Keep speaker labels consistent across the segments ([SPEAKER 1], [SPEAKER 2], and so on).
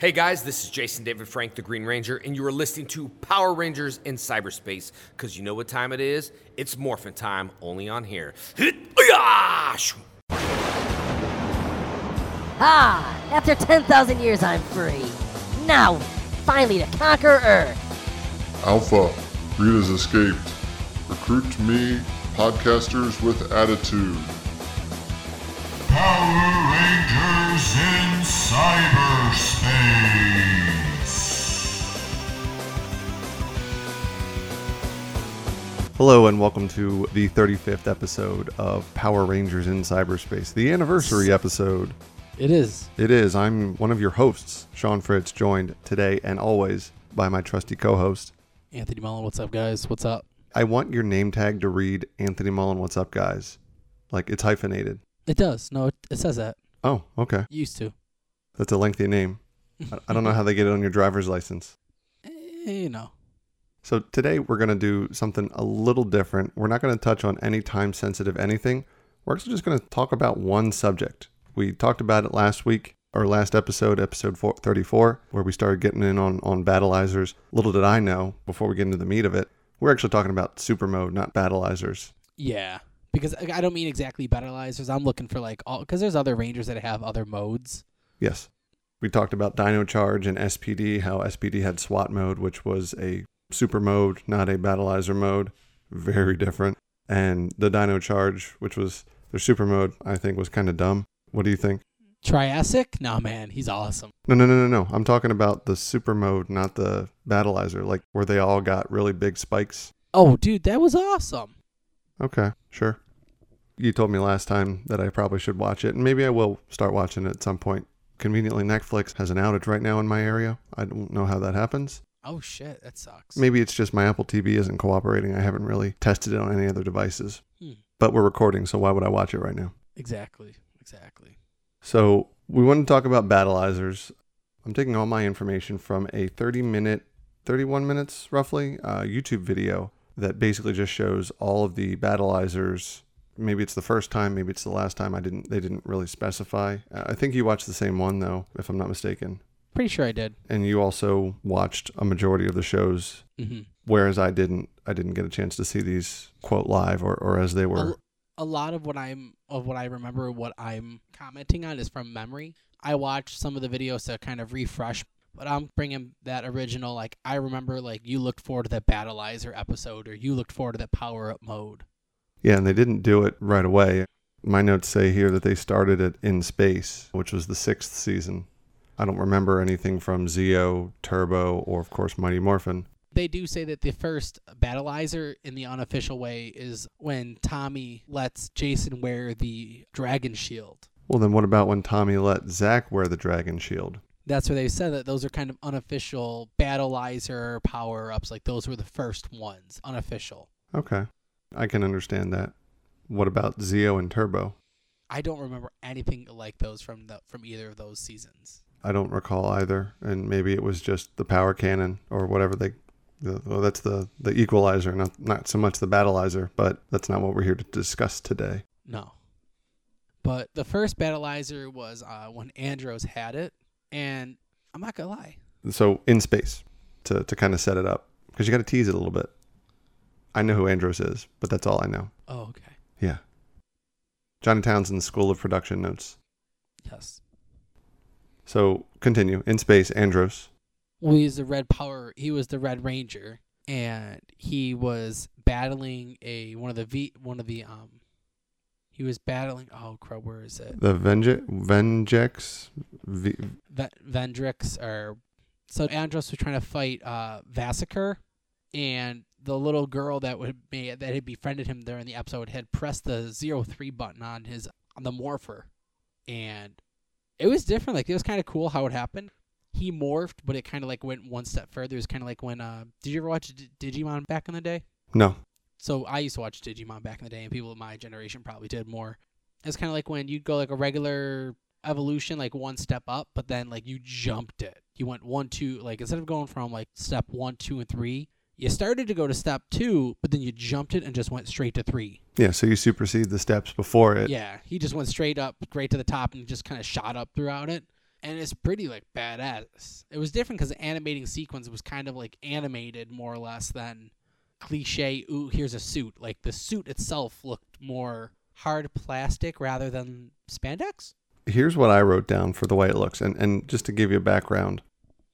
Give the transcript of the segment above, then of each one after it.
[SPEAKER 1] Hey guys, this is Jason David Frank, the Green Ranger, and you are listening to Power Rangers in Cyberspace because you know what time it is? It's morphin' time, only on here.
[SPEAKER 2] Ah, after 10,000 years, I'm free. Now, finally to conquer Earth.
[SPEAKER 3] Alpha, Rita's escaped. Recruit me, podcasters with attitude.
[SPEAKER 4] Power Rangers in cyberspace.
[SPEAKER 5] Hello and welcome to the 35th episode of Power Rangers in Cyberspace, the anniversary episode.
[SPEAKER 6] It is.
[SPEAKER 5] It is. I'm one of your hosts, Sean Fritz, joined today and always by my trusty co-host.
[SPEAKER 6] Anthony Mullen, what's up, guys? What's up?
[SPEAKER 5] I want your name tag to read Anthony Mullen. What's up, guys? Like it's hyphenated.
[SPEAKER 6] It does. No, it, it says that.
[SPEAKER 5] Oh, okay.
[SPEAKER 6] It used to.
[SPEAKER 5] That's a lengthy name. I- I don't know how they get it on your driver's license.
[SPEAKER 6] Eh, you know.
[SPEAKER 5] So today we're going to do something a little different. We're not going to touch on any time sensitive anything. We're actually just going to talk about one subject. We talked about it last week, our last episode, episode four, 34, where we started getting in on, on battleizers. Little did I know before we get into the meat of it, we're actually talking about super mode, not battleizers.
[SPEAKER 6] Yeah. Because I I don't mean exactly battleizers. I'm looking for like all because there's other rangers that have other modes.
[SPEAKER 5] Yes. We talked about Dino Charge and SPD, how SPD had SWAT mode, which was a super mode, not a battleizer mode. Very different. And the Dino Charge, which was their super mode, I think was kind of dumb. What do you think?
[SPEAKER 6] Triassic? Nah, man, he's awesome.
[SPEAKER 5] No, no, no, no, no. I'm talking about the super mode, not the battleizer, like where they all got really big spikes.
[SPEAKER 6] Oh, dude, that was awesome.
[SPEAKER 5] Okay, sure. You told me last time that I probably should watch it, and maybe I will start watching it at some point. Conveniently, Netflix has an outage right now in my area. I don't know how that happens.
[SPEAKER 6] Oh shit, that sucks.
[SPEAKER 5] Maybe it's just my Apple TV isn't cooperating. I haven't really tested it on any other devices.
[SPEAKER 6] Hmm.
[SPEAKER 5] But we're recording, so why would I watch it right now?
[SPEAKER 6] Exactly. Exactly.
[SPEAKER 5] So we want to talk about battleizers. I'm taking all my information from a 30 minute, 31 minutes roughly, uh, YouTube video that basically just shows all of the battleizers. Maybe it's the first time, maybe it's the last time. I didn't. They didn't really specify. Uh, I think you watched the same one though, if I'm not mistaken.
[SPEAKER 6] Pretty sure I did.
[SPEAKER 5] And you also watched a majority of the shows
[SPEAKER 6] hmm
[SPEAKER 5] whereas I didn't I didn't get a chance to see these quote live or, or as they
[SPEAKER 6] A,
[SPEAKER 5] were.
[SPEAKER 6] a lot of what I'm of what I remember what I'm commenting on is from memory. I watched some of the videos to kind of refresh, but I'm bringing that original like I remember like you looked forward to that battleizer episode or you looked forward to that power up mode.
[SPEAKER 5] Yeah, and they didn't do it right away. My notes say here that they started it in space, which was the sixth season. I don't remember anything from Zeo, Turbo, or of course Mighty Morphin.
[SPEAKER 6] They do say that the first battleizer in the unofficial way is when Tommy lets Jason wear the dragon shield.
[SPEAKER 5] Well, then what about when Tommy let Zack wear the dragon shield?
[SPEAKER 6] That's where they said that those are kind of unofficial battleizer power ups. Like those were the first ones, unofficial.
[SPEAKER 5] Okay, I can understand that. What about Zeo and Turbo?
[SPEAKER 6] I don't remember anything like those from the from either of those seasons.
[SPEAKER 5] I don't recall either, and maybe it was just the power cannon or whatever they. The, well, that's the the equalizer, not not so much the battleizer, but that's not what we're here to discuss today.
[SPEAKER 6] No. But the first battleizer was uh, when Andros had it, and I'm not gonna lie,
[SPEAKER 5] So in space, to to kind of set it up, because you got to tease it a little bit. I know who Andros is, but that's all I know.
[SPEAKER 6] Oh, okay.
[SPEAKER 5] Yeah. Johnny Townsend's School of Production notes.
[SPEAKER 6] Yes.
[SPEAKER 5] So continue in space, Andros.
[SPEAKER 6] Well, he's the Red Power. He was the Red Ranger, and he was battling a one of the V one of the um. He was battling. Oh, crow, where is it?
[SPEAKER 5] The Venge Vengex. V-
[SPEAKER 6] Ve- Vendrix or so Andros was trying to fight uh Vasiker and the little girl that would be, that had befriended him during the episode had pressed the zero three button on his on the morpher and it was different like it was kind of cool how it happened he morphed but it kind of like went one step further it was kind of like when uh did you ever watch D- Digimon back in the day
[SPEAKER 5] no.
[SPEAKER 6] so I used to watch Digimon back in the day, and people of my generation probably did more. It's kind of like when you'd go like a regular evolution, like one step up, but then like you jumped it. You went one, two, like instead of going from like step one, two, and three, you started to go to step two, but then you jumped it and just went straight to three.
[SPEAKER 5] Yeah. So you supersede the steps before it.
[SPEAKER 6] yeah, he just went straight up, right to the top, and just kind of shot up throughout it. and it's pretty like badass. It was different because the animating sequence was kind of like animated more or less than cliche. Ooh, here's a suit. Like the suit itself looked more hard plastic rather than spandex.
[SPEAKER 5] Here's what I wrote down for the way it looks. And, and just to give you a background,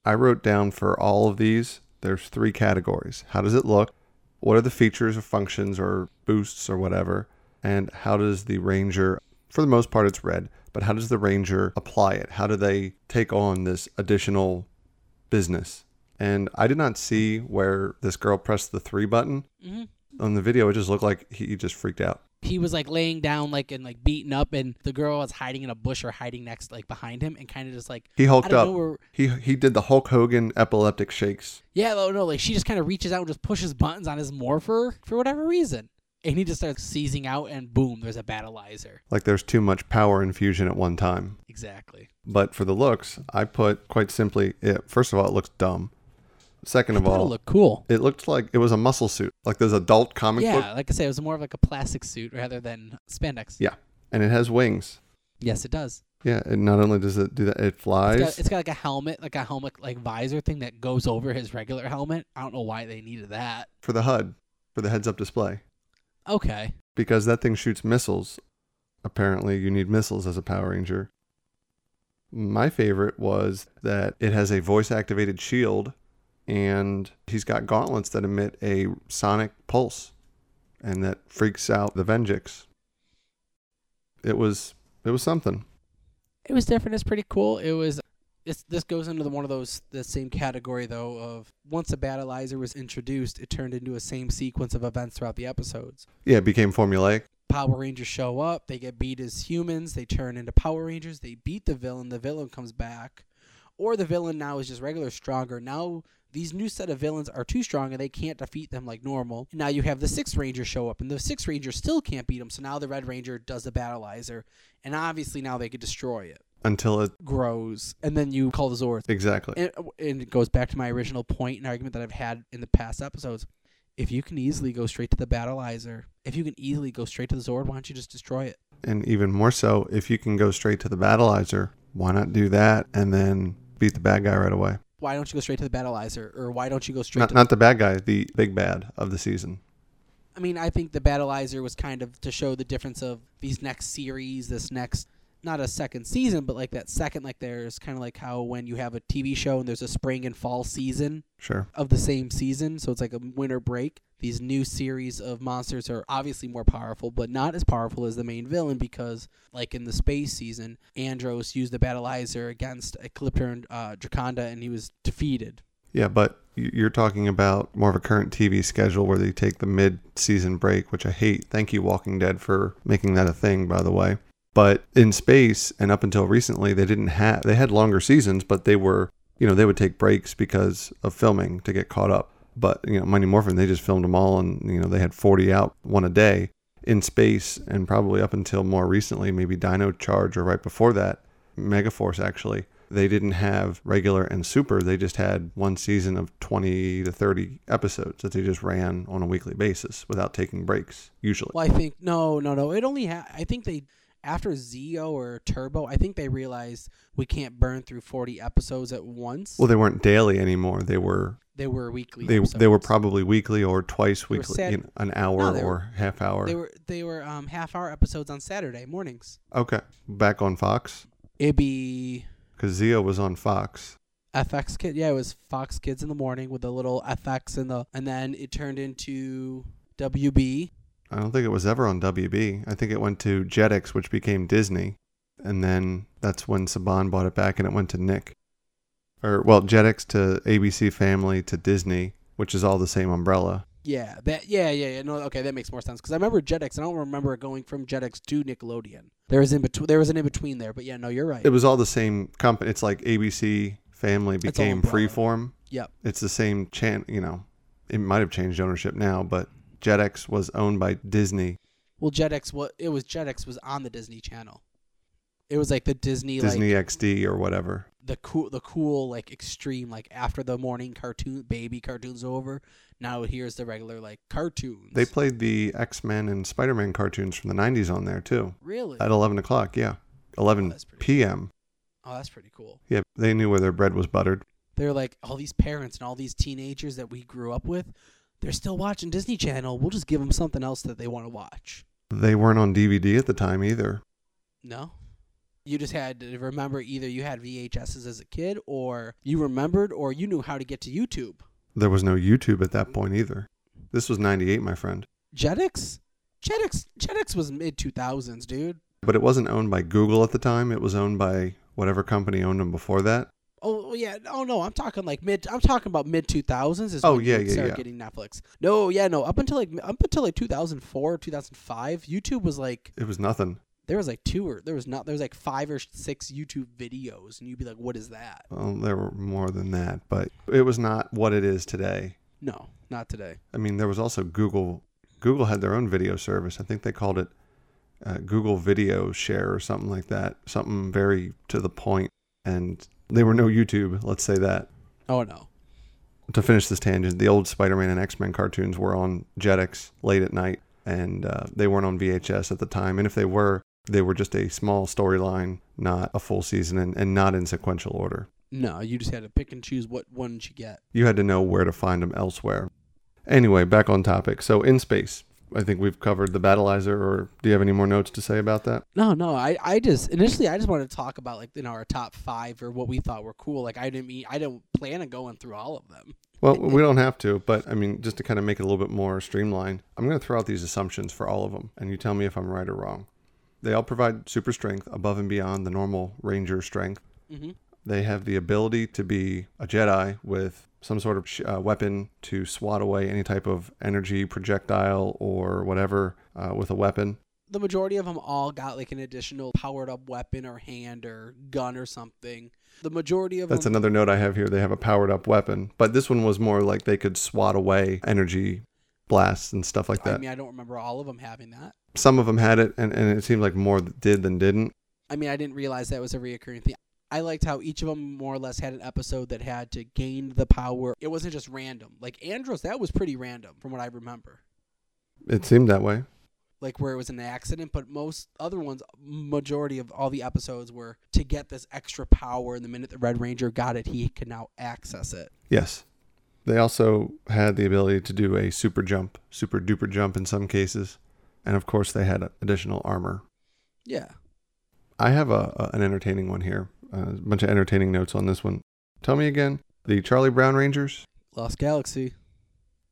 [SPEAKER 5] I wrote down for all of these, there's three categories. How does it look? What are the features or functions or boosts or whatever? And how does the Ranger, for the most part, it's red, but how does the Ranger apply it? How do they take on this additional business? And I did not see where this girl pressed the three button.
[SPEAKER 6] Mhm.
[SPEAKER 5] On the video, it just looked like he just freaked out.
[SPEAKER 6] He was like laying down, like and like beaten up, and the girl was hiding in a bush or hiding next, like behind him, and kind of just like
[SPEAKER 5] He hulked
[SPEAKER 6] I don't
[SPEAKER 5] up.
[SPEAKER 6] know where-
[SPEAKER 5] He he did the Hulk Hogan epileptic shakes.
[SPEAKER 6] Yeah, oh, no, no, like she just kind of reaches out and just pushes buttons on his morpher for whatever reason. And he just starts seizing out, and boom, there's a battleizer.
[SPEAKER 5] Like there's too much power infusion at one time.
[SPEAKER 6] Exactly.
[SPEAKER 5] But for the looks, I put quite simply, it, first of all, it looks dumb. Second of
[SPEAKER 6] That'll
[SPEAKER 5] all,
[SPEAKER 6] look cool.
[SPEAKER 5] it looked like it was a muscle suit, like those adult comic
[SPEAKER 6] Yeah,
[SPEAKER 5] book.
[SPEAKER 6] like I said, it was more of like a plastic suit rather than spandex.
[SPEAKER 5] Yeah. And it has wings.
[SPEAKER 6] Yes, it does.
[SPEAKER 5] Yeah. And not only does it do that, it
[SPEAKER 6] It's
[SPEAKER 5] flies.
[SPEAKER 6] got, it's got like a helmet, like a helmet, like visor thing that goes over his regular helmet. I don't know why they needed that.
[SPEAKER 5] for the HUD, for the heads up display,
[SPEAKER 6] Okay.
[SPEAKER 5] because that thing shoots missiles. Apparently, you need missiles as a Power Ranger. My favorite was that it has a voice activated shield and he's got gauntlets that emit a sonic pulse and that freaks out the Vengix. It was it was something.
[SPEAKER 6] It was different. It's pretty cool. It was. It's, this goes into the, one of those the same category though of once a battleizer was introduced, it turned into a same sequence of events throughout the episodes.
[SPEAKER 5] Yeah, it became formulaic.
[SPEAKER 6] Power Rangers show up, they get beat as humans, they turn into Power Rangers, they beat the villain, the villain comes back. Or the villain now is just regular stronger. Now these new set of villains are too strong and they can't defeat them like normal. Now you have the Sixth Ranger show up and the Sixth Ranger still can't beat them, so now the Red Ranger does the battleizer and obviously now they could destroy it.
[SPEAKER 5] Until it
[SPEAKER 6] Grows and then you call the Zords
[SPEAKER 5] exactly.
[SPEAKER 6] and, and it goes back to my original point and argument that I've had in the past episodes. If you can easily go straight to the battleizer, if you can easily go straight to the Zord, why don't you just destroy it?
[SPEAKER 5] And even more so, if you can go straight to the battleizer, why not do that and then beat the bad guy right away?
[SPEAKER 6] Why don't you go straight to the battleizer, or why don't you go straight?
[SPEAKER 5] Not,
[SPEAKER 6] to
[SPEAKER 5] not the bad guy, the big bad of the season.
[SPEAKER 6] I mean, I think the battleizer was kind of to show the difference of these next series, this next not a second season, but like that second, like there's kind of like how when you have a TV show and there's a spring and fall season,
[SPEAKER 5] Sure.
[SPEAKER 6] of the same season, so it's like a winter break. These new series of monsters are obviously more powerful, but not as powerful as the main villain because, like in the space season, Andros used the Battleizer against Ecliptor and uh, Draconda, and he was defeated.
[SPEAKER 5] Yeah, but y- you're talking about more of a current TV schedule where they take the mid season break, which I hate. Thank you, Walking Dead, for making that a thing, by the way. But in space, and up until recently, they didn't have, they had longer seasons, but they were, you know, they would take breaks because of filming to get caught up. But, you know, Mighty Morphin, they just filmed them all and, you know, they had 40 out, one a day in space. And probably up until more recently, maybe Dino Charge or right before that, Megaforce actually. They didn't have regular and super. They just had one season of 20 to 30 episodes that they just ran on a weekly basis without taking breaks, usually.
[SPEAKER 6] Well, I think no, no, no. It only ha- I think they after Zeo or Turbo, I think they realized we can't burn through forty episodes at once.
[SPEAKER 5] Well, they weren't daily anymore. They were
[SPEAKER 6] they were weekly.
[SPEAKER 5] they they were
[SPEAKER 6] episodes.
[SPEAKER 5] probably weekly or twice
[SPEAKER 6] They were
[SPEAKER 5] weekly,
[SPEAKER 6] Sat-
[SPEAKER 5] you know, an hour
[SPEAKER 6] No, they
[SPEAKER 5] or
[SPEAKER 6] were-
[SPEAKER 5] half hour.
[SPEAKER 6] they were they were um, half hour episodes on Saturday mornings.
[SPEAKER 5] okay, back on Fox
[SPEAKER 6] It'd be
[SPEAKER 5] because Zio was on Fox.
[SPEAKER 6] FX Kid. Yeah, it was Fox Kids in the morning with the little FX in the, and then it turned into WB.
[SPEAKER 5] I don't think it was ever on WB. I think it went to Jetix, which became Disney, and then that's when Saban bought it back, and it went to Nick, or well, Jetix to ABC Family to Disney, which is all the same umbrella.
[SPEAKER 6] Yeah, that. Yeah, yeah, yeah. No, okay, that makes more sense because I remember Jetix, and I don't remember it going from Jetix to Nickelodeon. There was in between. There was an in between there, but yeah, no, you're right.
[SPEAKER 5] It was all the same company. It's like ABC Family
[SPEAKER 6] all
[SPEAKER 5] became
[SPEAKER 6] umbrella.
[SPEAKER 5] Freeform.
[SPEAKER 6] yep.
[SPEAKER 5] it's the same chan you know it might have changed ownership now but jetx was owned by disney
[SPEAKER 6] Well, Jetix. What it was, Jetix was on the Disney Channel. It was like the Disney, like
[SPEAKER 5] disney xd or whatever
[SPEAKER 6] the cool the cool like extreme like after the morning cartoon baby cartoons over now here's the regular like cartoons
[SPEAKER 5] they played the x-men and spider-man cartoons from the 90s on there too
[SPEAKER 6] really Oh,
[SPEAKER 5] at 11 o'clock yeah 11
[SPEAKER 6] that's pretty
[SPEAKER 5] p.m
[SPEAKER 6] Oh, that's pretty cool.
[SPEAKER 5] Yeah, they knew where their bread was buttered.
[SPEAKER 6] They're like all these parents and all these teenagers that we grew up with. They're still watching Disney Channel. We'll just give them something else that they want to watch.
[SPEAKER 5] They weren't on DVD at the time either.
[SPEAKER 6] No. You just had to remember either you had VHSs as a kid or you remembered or you knew how to get to YouTube.
[SPEAKER 5] There was no YouTube at that point either. This was 98, my friend.
[SPEAKER 6] Jetix? Jetix Jetix was mid 2000s, dude.
[SPEAKER 5] But it wasn't owned by Google at the time. It was owned by whatever company owned them before that.
[SPEAKER 6] Oh yeah, oh no, I'm talking like mid. I'm talking about mid 2000s is
[SPEAKER 5] Oh,
[SPEAKER 6] when
[SPEAKER 5] yeah,
[SPEAKER 6] you
[SPEAKER 5] yeah,
[SPEAKER 6] started
[SPEAKER 5] yeah.
[SPEAKER 6] getting Netflix. No, yeah, no, up until like up until like 2004, 2005, YouTube was like
[SPEAKER 5] It was nothing.
[SPEAKER 6] there was like two or there was not there was like five or six YouTube videos, and you'd be like, what is that?
[SPEAKER 5] Well, there were more than that, but it was not what it is today.
[SPEAKER 6] No, not today.
[SPEAKER 5] I mean, there was also Google. Google had their own video service. I think they called it uh, Google Video Share or something like that. Something very to the point. And they were no YouTube. Let's say that.
[SPEAKER 6] Oh no.
[SPEAKER 5] To finish this tangent, the old Spider-Man and X-Men cartoons were on Jetix late at night, and uh, they weren't on VHS at the time. And if they were, they were just a small storyline, not a full season, and, and not in sequential order.
[SPEAKER 6] No, you just had to pick and choose what ones you get.
[SPEAKER 5] you had to know where to find them elsewhere. Anyway, back on topic. So in space, I think we've covered the battleizer. Or do you have any more notes to say about that?
[SPEAKER 6] No, no, I, I just initially I just wanted to talk about like you know our top five or what we thought were cool. Like I didn't mean I didn't plan on going through all of them.
[SPEAKER 5] Well, we don't have to, but I mean, just to kind of make it a little bit more streamlined, I'm going to throw out these assumptions for all of them, and you tell me if I'm right or wrong. They all provide super strength above and beyond the normal ranger strength.
[SPEAKER 6] Mhm.
[SPEAKER 5] They have the ability to be a Jedi with some sort of sh- uh, weapon to swat away any type of energy projectile or whatever uh, with a weapon.
[SPEAKER 6] the majority of them all got like an additional powered up weapon or hand or gun or something. The majority of
[SPEAKER 5] That's
[SPEAKER 6] them,
[SPEAKER 5] another note I have here. They have a powered up weapon, but this one was more like they could swat away energy blasts and stuff like
[SPEAKER 6] I
[SPEAKER 5] that.
[SPEAKER 6] mean, I don't remember all of them having that.
[SPEAKER 5] Some of them had it, and, and it seemed like more did than didn't.
[SPEAKER 6] I mean, I didn't realize that was a reoccurring thing. I liked how each of them more or less had an episode that had to gain the power. It wasn't just random. Like Andros, that was pretty random from what I remember.
[SPEAKER 5] It seemed that way.
[SPEAKER 6] Like where it was an accident, but most other ones, majority of all the episodes were to get this extra power. And the minute the Red Ranger got it, he could now access it.
[SPEAKER 5] Yes. They also had the ability to do a super jump, super duper jump in some cases. And of course, they had additional armor.
[SPEAKER 6] Yeah.
[SPEAKER 5] I have a, a- an entertaining one here, uh, a bunch of entertaining notes on this one. Tell me again the Charlie Brown Rangers.
[SPEAKER 6] Lost Galaxy.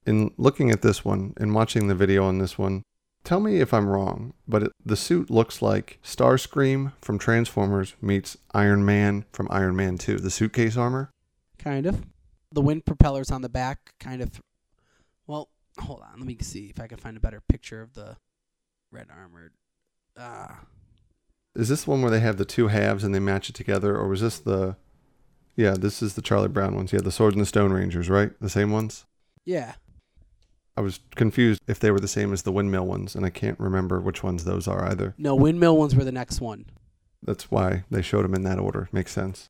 [SPEAKER 5] in looking at this one and watching the video on this one, tell me if I'm wrong, but it, the suit looks like Starscream from Transformers meets Iron Man from Iron Man 2, the suitcase armor.
[SPEAKER 6] Kind of. The wind propellers on the back, kind of. well, hold on. Let me see if I can find a better picture of the red armored. Ah,
[SPEAKER 5] Is this one where they have the two halves and they match it together, or was this the? Yeah, this is the Charlie Brown ones. Yeah, the Swords and the Stone Rangers, right? The same ones.
[SPEAKER 6] yeah.
[SPEAKER 5] I was confused if they were the same as the windmill ones, and I can't remember which ones those are either.
[SPEAKER 6] No, windmill ones were the next one.
[SPEAKER 5] that's why they showed them in that order. Makes sense.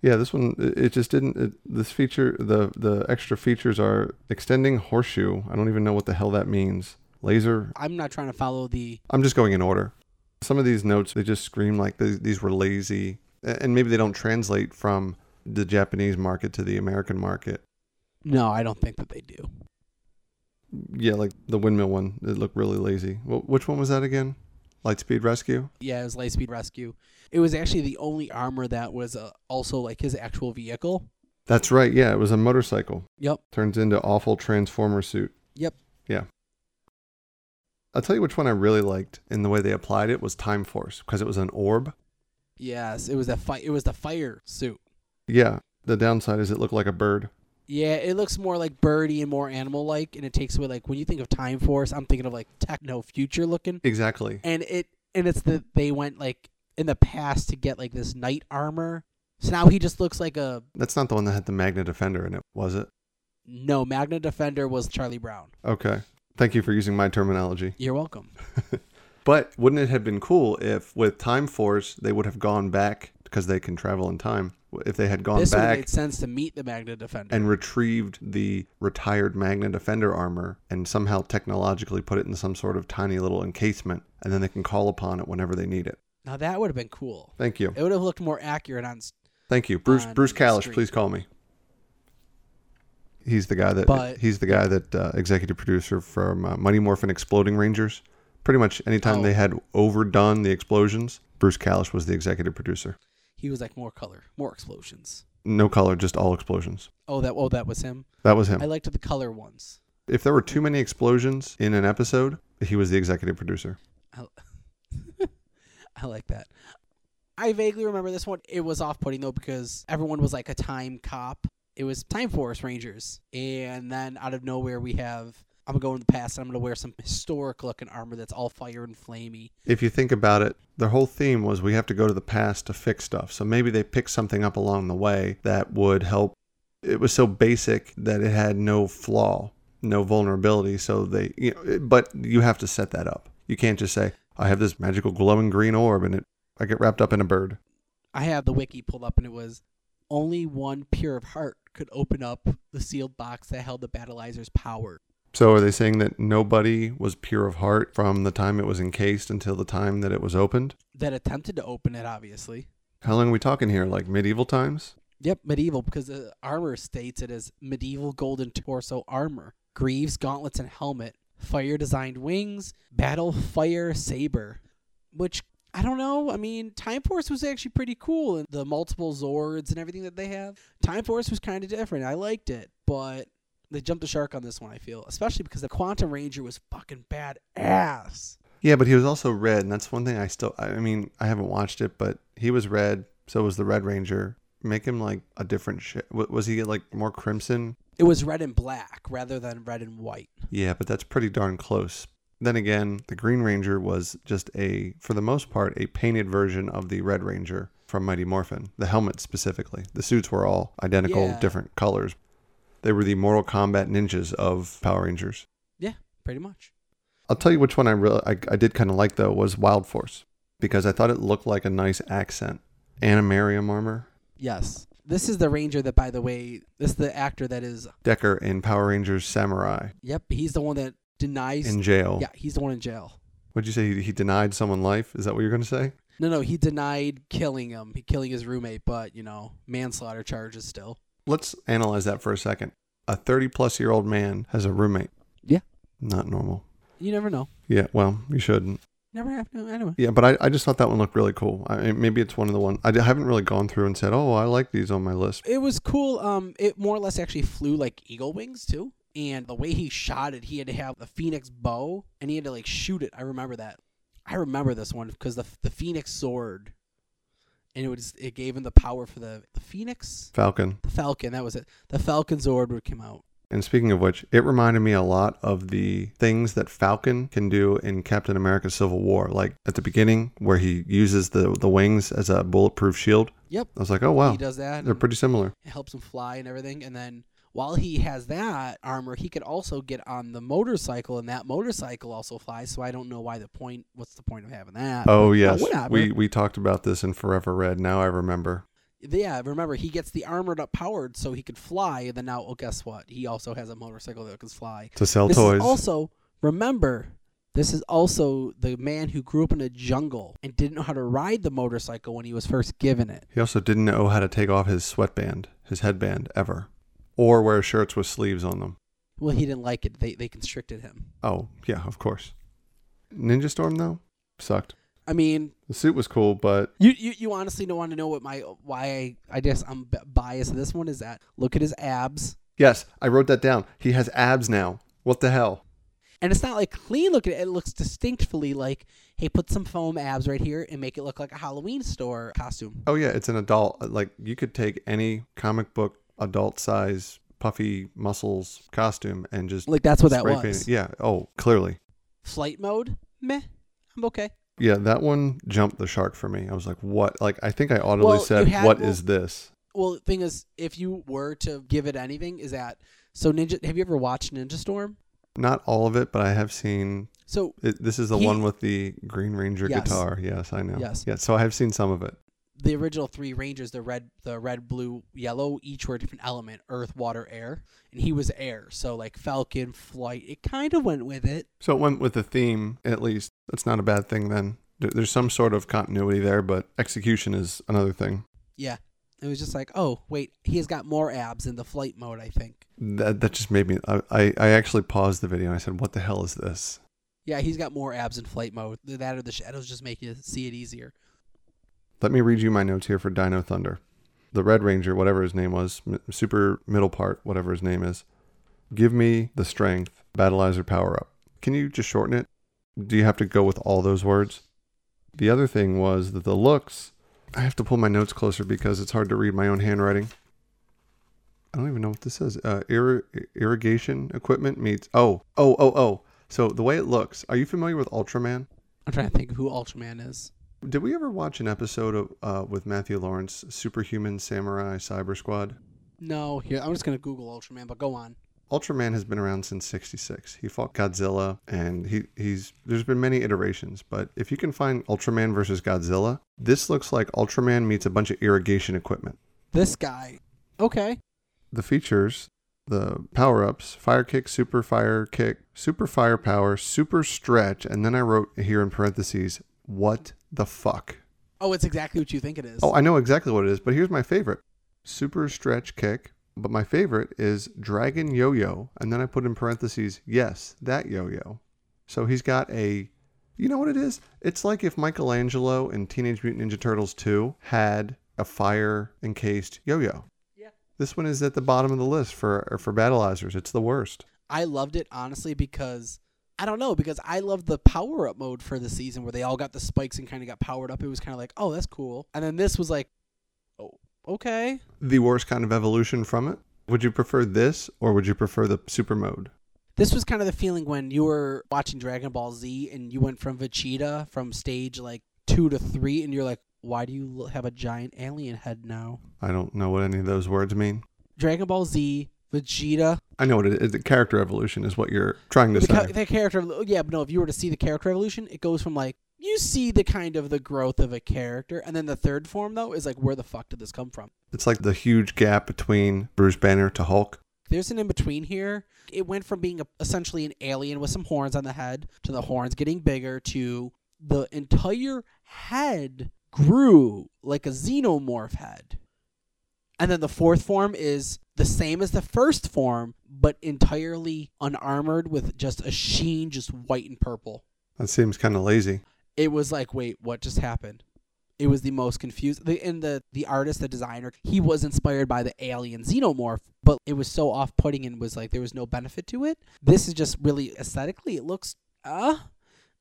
[SPEAKER 5] Yeah, this one it it just didn't. It, this feature, the the extra features are extending horseshoe. I don't even know what the hell that means. Laser.
[SPEAKER 6] I'm not trying to follow the.
[SPEAKER 5] I'm just going in order. Some of these notes they just scream like these, these were lazy, A- and maybe they don't translate from the Japanese market to the American market.
[SPEAKER 6] No, I don't think that they do.
[SPEAKER 5] Yeah, like the windmill one, it looked really lazy. Well, which one was that again? Lightspeed Rescue.
[SPEAKER 6] Yeah, it was Lightspeed Rescue. It was actually the only armor that was uh, also like his actual vehicle.
[SPEAKER 5] That's right. Yeah, it was a motorcycle.
[SPEAKER 6] Yep.
[SPEAKER 5] Turns into awful transformer suit.
[SPEAKER 6] Yep.
[SPEAKER 5] I'll tell you which one I really liked in the way they applied it was Time Force because it was an orb.
[SPEAKER 6] Yes, it was the fi- It was the fire suit.
[SPEAKER 5] Yeah, the downside is it looked like a bird.
[SPEAKER 6] Yeah, it looks more like birdy and more animal like, and it takes away like when you think of Time Force, I'm thinking of like techno future looking,
[SPEAKER 5] Exactly.
[SPEAKER 6] and it and it's that they went like in the past to get like this knight armor, so now he just looks like a
[SPEAKER 5] That's not the one that had the Magna Defender in it, was it?
[SPEAKER 6] no Magna Defender was Charlie Brown.
[SPEAKER 5] Okay. Thank you for using my terminology.
[SPEAKER 6] You're welcome.
[SPEAKER 5] But wouldn't it have been cool if with Time Force they would have gone back because they can travel in time? If they had gone
[SPEAKER 6] this would
[SPEAKER 5] back
[SPEAKER 6] made sense to meet the Magna Defender.
[SPEAKER 5] and retrieved the retired Magna Defender armor and somehow technologically put it in some sort of tiny little encasement, and then they can call upon it whenever they need it.
[SPEAKER 6] Now that would have been cool.
[SPEAKER 5] Thank you.
[SPEAKER 6] It would have looked more accurate on. s-
[SPEAKER 5] Thank you, Bruce.
[SPEAKER 6] on
[SPEAKER 5] Bruce
[SPEAKER 6] the
[SPEAKER 5] Kalish,
[SPEAKER 6] street.
[SPEAKER 5] please call me. He's the guy that
[SPEAKER 6] But-
[SPEAKER 5] he's the guy that uh, executive producer from uh, Mighty Morphin Exploding Rangers. Pretty much anytime
[SPEAKER 6] Oh.
[SPEAKER 5] they had overdone the explosions, Bruce Kalish was the executive producer.
[SPEAKER 6] He was like more color, more explosions.
[SPEAKER 5] No color, just all explosions.
[SPEAKER 6] Oh, that oh that was him.
[SPEAKER 5] That was him.
[SPEAKER 6] I liked the color ones.
[SPEAKER 5] if there were too many explosions in an episode, he was the executive producer.
[SPEAKER 6] I, I like that. I vaguely remember this one. It was off putting though because everyone was like a time cop. It was Time Force Rangers. And then out of nowhere, we have I'm going to go in the past and I'm going to wear some historic looking armor that's all fire and flamey.
[SPEAKER 5] If you think about it, their whole theme was we have to go to the past to fix stuff. So maybe they picked something up along the way that would help. It was so basic that it had no flaw, no vulnerability. So they, you know, it- but you have to set that up. You can't just say, I have this magical glowing green orb and it, I get wrapped up in a bird.
[SPEAKER 6] I have the wiki pulled up and it was only one pure of heart could open up the sealed box that held the battleizer's power.
[SPEAKER 5] So are they saying that nobody was pure of heart from the time it was encased until the time that it was opened?
[SPEAKER 6] That attempted to open it, obviously.
[SPEAKER 5] How long are we talking here? Like medieval times?
[SPEAKER 6] Yep, medieval because the armor states it as medieval golden torso armor, greaves, gauntlets, and helmet, fire designed wings, battle fire saber, which I don't know. I mean, Time Force was actually pretty cool, and the multiple Zords and everything that they have. Time Force was kind of different. I liked it, but they jumped the shark on this one. I feel, especially because the Quantum Ranger was fucking badass.
[SPEAKER 5] Yeah, but he was also red, and that's one thing I still. I mean, I haven't watched it, but he was red. So was the Red Ranger. Make him like a different shit. Was he like more crimson?
[SPEAKER 6] It was red and black rather than red and white.
[SPEAKER 5] Yeah, but that's pretty darn close. Then again, the Green Ranger was just a, for the most part, a painted version of the Red Ranger from Mighty Morphin. The helmet specifically. The suits were all identical,
[SPEAKER 6] Yeah.
[SPEAKER 5] different colors. They were the Mortal Kombat ninjas of Power Rangers.
[SPEAKER 6] Yeah, pretty much.
[SPEAKER 5] I'll tell you which one I really I, I did kind of like though was Wild Force because I thought it looked like a nice accent. Animarium armor.
[SPEAKER 6] Yes. This is the ranger that, by the way, this is the actor that is.
[SPEAKER 5] Decker in Power Rangers Samurai
[SPEAKER 6] Yep, he's the one that denies.
[SPEAKER 5] in jail.
[SPEAKER 6] yeah, he's the one in jail.
[SPEAKER 5] What'd you say? He, he denied someone life. Is that what you're gonna say?
[SPEAKER 6] No, no, he denied killing him, he killing his roommate, but you know, manslaughter charges still.
[SPEAKER 5] Let's analyze that for a second. A 30 plus year old man has a roommate.
[SPEAKER 6] Yeah.
[SPEAKER 5] Not normal.
[SPEAKER 6] You never know.
[SPEAKER 5] Yeah. Well, you shouldn't.
[SPEAKER 6] Never have to. Anyway,
[SPEAKER 5] Yeah, but I, I just thought that one looked really cool. I, maybe it's one of the one I d- haven't really gone through and said, oh, I like these on my list.
[SPEAKER 6] it was cool. Um, it more or less actually flew like eagle wings too. And the way he shot it, he had to have the phoenix bow, and he had to like shoot it. I remember that. I remember this one because the the phoenix sword, and it was it gave him the power for the, the phoenix.
[SPEAKER 5] Falcon.
[SPEAKER 6] The Falcon, that was it. The Falcon Zord would come out.
[SPEAKER 5] And speaking of which, it reminded me a lot of the things that Falcon can do in Captain America Civil War. Like at the beginning, where he uses the, the wings as a bulletproof shield.
[SPEAKER 6] Yep.
[SPEAKER 5] I was like, oh, wow.
[SPEAKER 6] He does that.
[SPEAKER 5] They're
[SPEAKER 6] and
[SPEAKER 5] pretty similar.
[SPEAKER 6] It helps him fly and everything. And then while he has that armor, he could also get on the motorcycle, and that motorcycle also flies. So I don't know why the point. What's the point of having that?
[SPEAKER 5] Oh,
[SPEAKER 6] But
[SPEAKER 5] yes.
[SPEAKER 6] whatever.
[SPEAKER 5] We, we talked about this in Forever Red. Now I remember.
[SPEAKER 6] yeah. Remember, he gets the armored up powered, so he could fly. And then now, well, guess what? He also has a motorcycle that can fly.
[SPEAKER 5] To sell
[SPEAKER 6] this
[SPEAKER 5] toys.
[SPEAKER 6] Is also, remember, this is also the man who grew up in a jungle and didn't know how to ride the motorcycle when he was first given it.
[SPEAKER 5] he also didn't know how to take off his sweatband, his headband, ever, or wear shirts with sleeves on them.
[SPEAKER 6] Well, he didn't like it. They they constricted him.
[SPEAKER 5] Oh, yeah, of course. Ninja Storm, though, sucked.
[SPEAKER 6] I mean,
[SPEAKER 5] The suit was cool, but
[SPEAKER 6] you you, you honestly don't want to know what my why I, I guess I'm b- biased. to This one is that look at his abs,
[SPEAKER 5] yes, I wrote that down. He has abs now. What the hell?
[SPEAKER 6] and it's not like clean looking. It looks distinctfully like hey, put some foam abs right here and make it look like a Halloween store costume.
[SPEAKER 5] Oh yeah, it's an adult. Like you could take any comic book adult size puffy muscles costume and just
[SPEAKER 6] Like that's what that
[SPEAKER 5] spray
[SPEAKER 6] was.
[SPEAKER 5] paint it. Yeah. Oh, clearly.
[SPEAKER 6] Flight mode, meh. I'm okay.
[SPEAKER 5] Yeah, that one jumped the shark for me. I was like, what? Like I think I audibly
[SPEAKER 6] Well, you
[SPEAKER 5] said, "What is
[SPEAKER 6] had- well-
[SPEAKER 5] this?"
[SPEAKER 6] Well, the thing is, if you were to give it anything, is that so Ninja? Have you ever watched Ninja Storm?
[SPEAKER 5] Not all of it, but I have seen.
[SPEAKER 6] So
[SPEAKER 5] It, this is the
[SPEAKER 6] He-
[SPEAKER 5] one with the Green Ranger
[SPEAKER 6] Yes.
[SPEAKER 5] guitar. Yes, I know.
[SPEAKER 6] Yes.
[SPEAKER 5] Yeah, so I have seen some of it.
[SPEAKER 6] the original three rangers the red the red blue yellow each were a different element earth water air and he was air so like falcon flight it kind of went with it
[SPEAKER 5] So it went with the theme, at least. That's not a bad thing then. There- There's some sort of continuity there, but execution is another thing.
[SPEAKER 6] Yeah. It was just like, oh, wait, he has got more abs in the flight mode, I think.
[SPEAKER 5] That that just made me. I I, I actually paused the video and I said, "What the hell is this?"
[SPEAKER 6] Yeah, he's got more abs in flight mode. That or the shadows just make you see it easier.
[SPEAKER 5] Let me read you my notes here for Dino Thunder. The Red Ranger, whatever his name was, m- Super Middle Part, whatever his name is, give me the strength, Battleizer power up. Can you just shorten it? Do you have to go with all those words? The other thing was that the looks, I have to pull my notes closer because it's hard to read my own handwriting. I don't even know what this is. Uh, irri- irrigation equipment meets. Oh, oh, oh, oh. So the way it looks, are you familiar with Ultraman?
[SPEAKER 6] I'm trying to think of who Ultraman is.
[SPEAKER 5] Did we ever watch an episode of, uh, with Matthew Lawrence, Superhuman Samurai Cyber Squad?
[SPEAKER 6] No, here I'm just gonna Google Ultraman, but go on.
[SPEAKER 5] Ultraman has been around since '66. He fought Godzilla, and he, he's there's been many iterations. But if you can find Ultraman versus Godzilla, this looks like Ultraman meets a bunch of irrigation equipment.
[SPEAKER 6] This guy. Okay.
[SPEAKER 5] The features, the power ups, fire kick, super fire kick, super fire power, super stretch, and then I wrote here in parentheses, what the fuck?
[SPEAKER 6] Oh, it's exactly what you think it is.
[SPEAKER 5] Oh, I know exactly what it is, but here's my favorite Super Stretch Kick. But my favorite is Dragon Yo Yo. And then I put in parentheses, yes, that yo yo. So he's got a, you know what it is? It's like if Michelangelo in Teenage Mutant Ninja Turtles 2 had a fire encased yo yo.
[SPEAKER 6] Yeah.
[SPEAKER 5] This one is at the bottom of the list for, for battleizers. It's the worst.
[SPEAKER 6] I loved it honestly because I don't know because I loved the power up mode for the season where they all got the spikes and kind of got powered up. It was kind of like, oh, that's cool. And then this was like, oh, okay.
[SPEAKER 5] The worst kind of evolution from it. Would you prefer this or would you prefer the super mode?
[SPEAKER 6] This was kind of the feeling when you were watching Dragon Ball Z and you went from Vegeta from stage like two to three, and you're like, why do you l- have a giant alien head now?
[SPEAKER 5] I don't know what any of those words mean.
[SPEAKER 6] Dragon Ball Z, Vegeta,
[SPEAKER 5] I know what it is. The character evolution is what you're trying to
[SPEAKER 6] the, ca-
[SPEAKER 5] say.
[SPEAKER 6] the character evo- yeah but no if you were to see the character evolution it goes from like you see the kind of the growth of a character and then the third form though is like where the fuck did this come from
[SPEAKER 5] It's like the huge gap between Bruce Banner to Hulk.
[SPEAKER 6] there's an in between here it went from being a, essentially an alien with some horns on the head to the horns getting bigger to the entire head grew like a xenomorph head and then the fourth form is the same as the first form but entirely unarmored with just a sheen just white and purple
[SPEAKER 5] That seems kind of lazy.
[SPEAKER 6] it was like, wait, what just happened? It was the most confused. The, and the the artist, the designer, he was inspired by the alien xenomorph, but it was so off putting and was like there was no benefit to it. This is just really aesthetically, it looks uh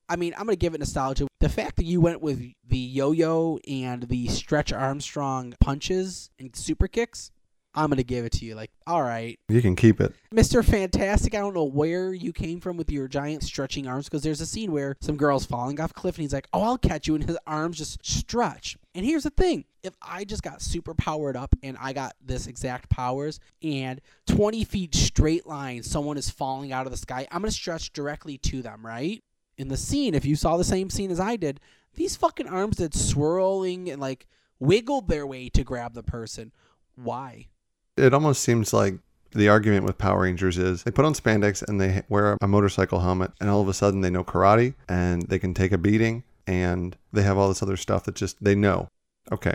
[SPEAKER 6] I mean, I'm gonna give it nostalgia. The fact that you went with the yo-yo and the stretch Armstrong punches and super kicks, I'm gonna give it to you. Like, all right,
[SPEAKER 5] You can keep it.
[SPEAKER 6] Mr. Fantastic, I don't know where you came from with your giant stretching arms because there's a scene where some girl's falling off a cliff and he's like, Oh, I'll catch you. And his arms just stretch. And here's the thing if I just got super powered up and I got this exact powers and 20 feet straight line, someone is falling out of the sky, I'm going to stretch directly to them, right? In the scene, if you saw the same scene as I did, these fucking arms did swirling and like wiggled their way to grab the person. Why?
[SPEAKER 5] It almost seems like the argument with Power Rangers is they put on spandex and they wear a motorcycle helmet, and all of a sudden they know karate and they can take a beating and they have all this other stuff that just they know. Okay.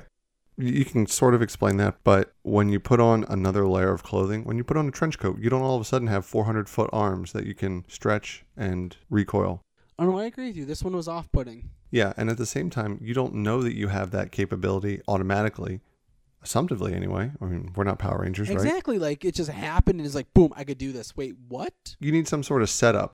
[SPEAKER 5] You- You can sort of explain that, but when you put on another layer of clothing, when you put on a trench coat, you don't all of a sudden have 400 foot arms that you can stretch and recoil.
[SPEAKER 6] I don't know, I agree with you. This one was off putting.
[SPEAKER 5] Yeah, and at the same time, you don't know that you have that capability automatically, assumptively anyway. I mean, we're not Power Rangers, right?
[SPEAKER 6] Exactly. Like it just happened and it's like, boom, I could do this. Wait, what?
[SPEAKER 5] You need some sort of setup.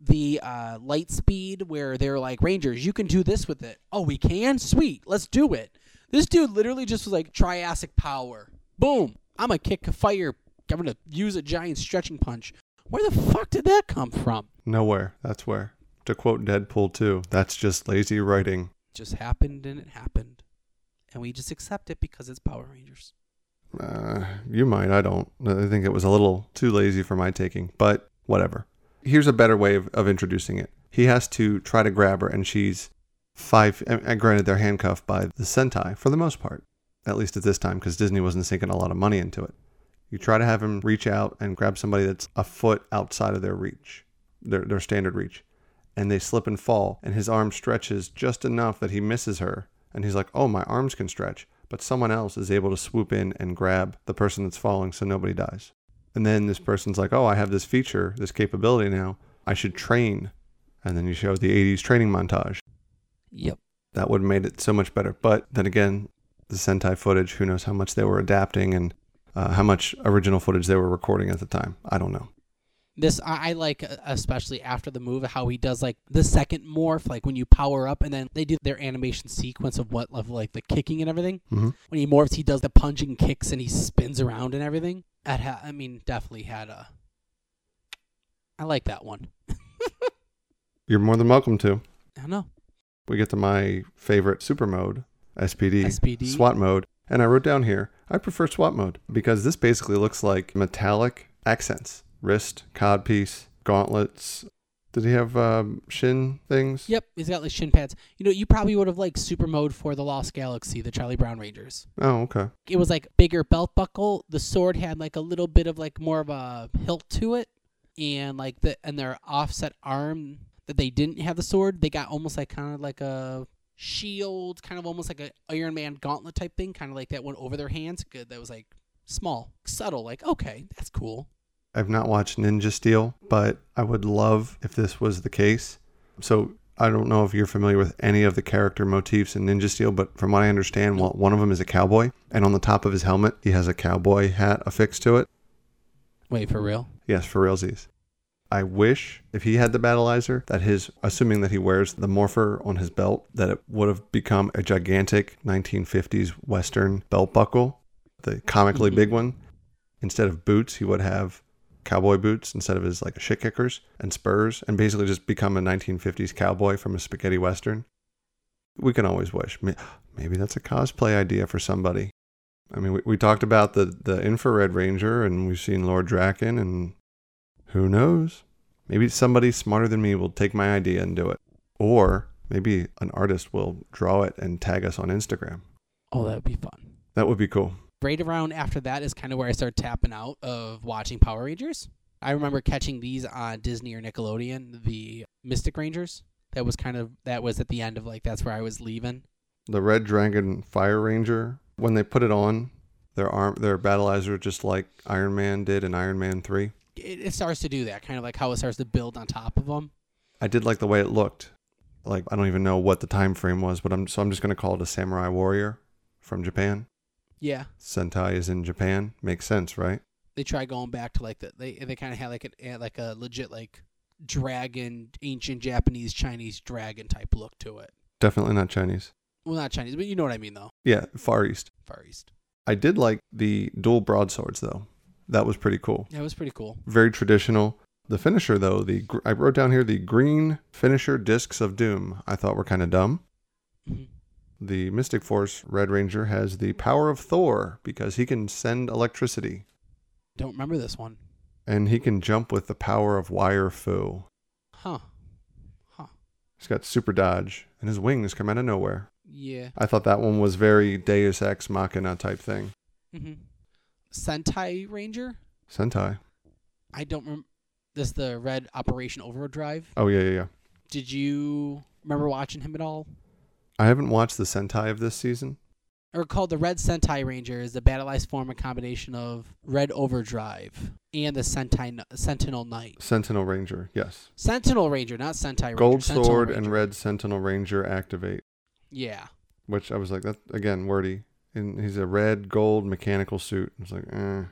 [SPEAKER 6] The uh, light speed where they're like, Rangers, you can do this with it. Oh, we can? Sweet. Let's do it. This dude literally just was like Triassic power. Boom. I'm going to kick a fire. I'm going to use a giant stretching punch. Where the fuck did that come from?
[SPEAKER 5] Nowhere. That's where. To quote Deadpool 2, that's just lazy writing.
[SPEAKER 6] Just happened and it happened. And we just accept it because it's Power Rangers.
[SPEAKER 5] Uh, you might. I don't. I think it was a little too lazy for my taking, but whatever. Here's a better way of, of introducing it. He has to try to grab her, and she's five. And and granted, they're handcuffed by the Sentai for the most part, at least at this time, because Disney wasn't sinking a lot of money into it. You try to have him reach out and grab somebody that's a foot outside of their reach, their, their standard reach. and they slip and fall, and his arm stretches just enough that he misses her. And he's like, oh, my arms can stretch. But someone else is able to swoop in and grab the person that's falling so nobody dies. And then this person's like, oh, I have this feature, this capability now. I should train. And then you show the 80s training montage.
[SPEAKER 6] Yep.
[SPEAKER 5] That would have made it so much better. But then again, the Sentai footage, who knows how much they were adapting and uh, how much original footage they were recording at the time. I don't know.
[SPEAKER 6] This I, I like, uh, especially after the move, how he does like the second morph, like when you power up, and then they do their animation sequence of what of like the kicking and everything.
[SPEAKER 5] Mhm.
[SPEAKER 6] When he morphs, he does the punching kicks and he spins around and everything. That ha- I mean, definitely had a. I like that one.
[SPEAKER 5] You're more than welcome to.
[SPEAKER 6] I don't know.
[SPEAKER 5] we get to my favorite super mode, SPD,
[SPEAKER 6] SPD.
[SPEAKER 5] SWAT mode. And I wrote down here, I prefer SWAT mode because this basically looks like metallic accents, wrist, codpiece, gauntlets. Did he have um, shin things?
[SPEAKER 6] Yep, he's got like shin pads. You know, you probably would have liked Super Mode for the Lost Galaxy, the Charlie Brown Rangers.
[SPEAKER 5] Oh, okay.
[SPEAKER 6] It was like bigger belt buckle. The sword had like a little bit of like more of a hilt to it, and like the and their offset arm that they didn't have the sword, they got almost like kind of like a shield, kind of almost like a Iron Man gauntlet type thing, kind of like that went over their hands. Good, that was like small, subtle. Like okay, that's cool.
[SPEAKER 5] I've not watched Ninja Steel, but I would love if this was the case. So I don't know if you're familiar with any of the character motifs in Ninja Steel, but from what I understand, one one of them is a cowboy, and on the top of his helmet, he has a cowboy hat affixed to it.
[SPEAKER 6] Wait for real?
[SPEAKER 5] Yes, for realsies. I wish if he had the battleizer that his, assuming that he wears the morpher on his belt, that it would have become a gigantic 1950s Western belt buckle, the comically big one. Instead of boots, he would have cowboy boots instead of his like shit kickers and spurs, and basically just become a 1950s cowboy from a spaghetti western. We can always wish. May- Maybe that's a cosplay idea for somebody. I mean, we, we talked about the, the infrared ranger and we've seen Lord Draken, and who knows? Maybe somebody smarter than me will take my idea and do it. Or maybe an artist will draw it and tag us on Instagram.
[SPEAKER 6] Oh, that would be fun.
[SPEAKER 5] That would be cool.
[SPEAKER 6] right around after that is kind of where I started tapping out of watching Power Rangers. I remember catching these on Disney or Nickelodeon, the Mystic Rangers. That was kind of that was at the end of like that's where I was leaving.
[SPEAKER 5] The Red Dragon Fire Ranger, when they put it on, their arm their battleizer just like Iron Man did in Iron Man 3.
[SPEAKER 6] It, it starts to do that, kind of like how it starts to build on top of them.
[SPEAKER 5] I did like the way it looked. Like I don't even know what the time frame was, but I'm so I'm just going to call it a samurai warrior from Japan.
[SPEAKER 6] Yeah,
[SPEAKER 5] Sentai is in Japan. Makes sense, right?
[SPEAKER 6] they try going back to like the they they kind of had like an like a legit like dragon, ancient Japanese Chinese dragon type look to it.
[SPEAKER 5] Definitely not Chinese.
[SPEAKER 6] Well, not Chinese, but you know what I mean though.
[SPEAKER 5] Yeah, Far East.
[SPEAKER 6] Far East.
[SPEAKER 5] I did like the dual broadswords though. That was pretty cool.
[SPEAKER 6] That was pretty cool.
[SPEAKER 5] Very traditional. The finisher though, the gr- I wrote down here the green finisher discs of doom. I thought were kind of dumb.
[SPEAKER 6] hmm
[SPEAKER 5] The Mystic Force Red Ranger has the power of Thor because he can send electricity
[SPEAKER 6] Don't remember this one,
[SPEAKER 5] and he can jump with the power of Wire Foo.
[SPEAKER 6] huh? Huh.
[SPEAKER 5] He's got super dodge and his wings come out of nowhere.
[SPEAKER 6] Yeah.
[SPEAKER 5] I thought that one was very Deus Ex Machina type thing.
[SPEAKER 6] Mm-hmm. Sentai Ranger.
[SPEAKER 5] Sentai.
[SPEAKER 6] I don't remember. This the red Operation Overdrive.
[SPEAKER 5] Oh yeah, yeah, yeah.
[SPEAKER 6] Did you remember watching him at all?
[SPEAKER 5] I haven't watched the Sentai of this season.
[SPEAKER 6] Or called the Red Sentai Ranger is the battleized form a combination of Red Overdrive and the Sentai Sentinel Knight.
[SPEAKER 5] Sentinel Ranger, yes.
[SPEAKER 6] Sentinel Ranger, not Sentai Ranger.
[SPEAKER 5] Gold
[SPEAKER 6] Sentinel
[SPEAKER 5] Sword
[SPEAKER 6] Ranger.
[SPEAKER 5] and Red Sentinel Ranger activate,
[SPEAKER 6] Yeah.
[SPEAKER 5] which I was like, that again, wordy. And he's a red gold mechanical suit. I was like, eh.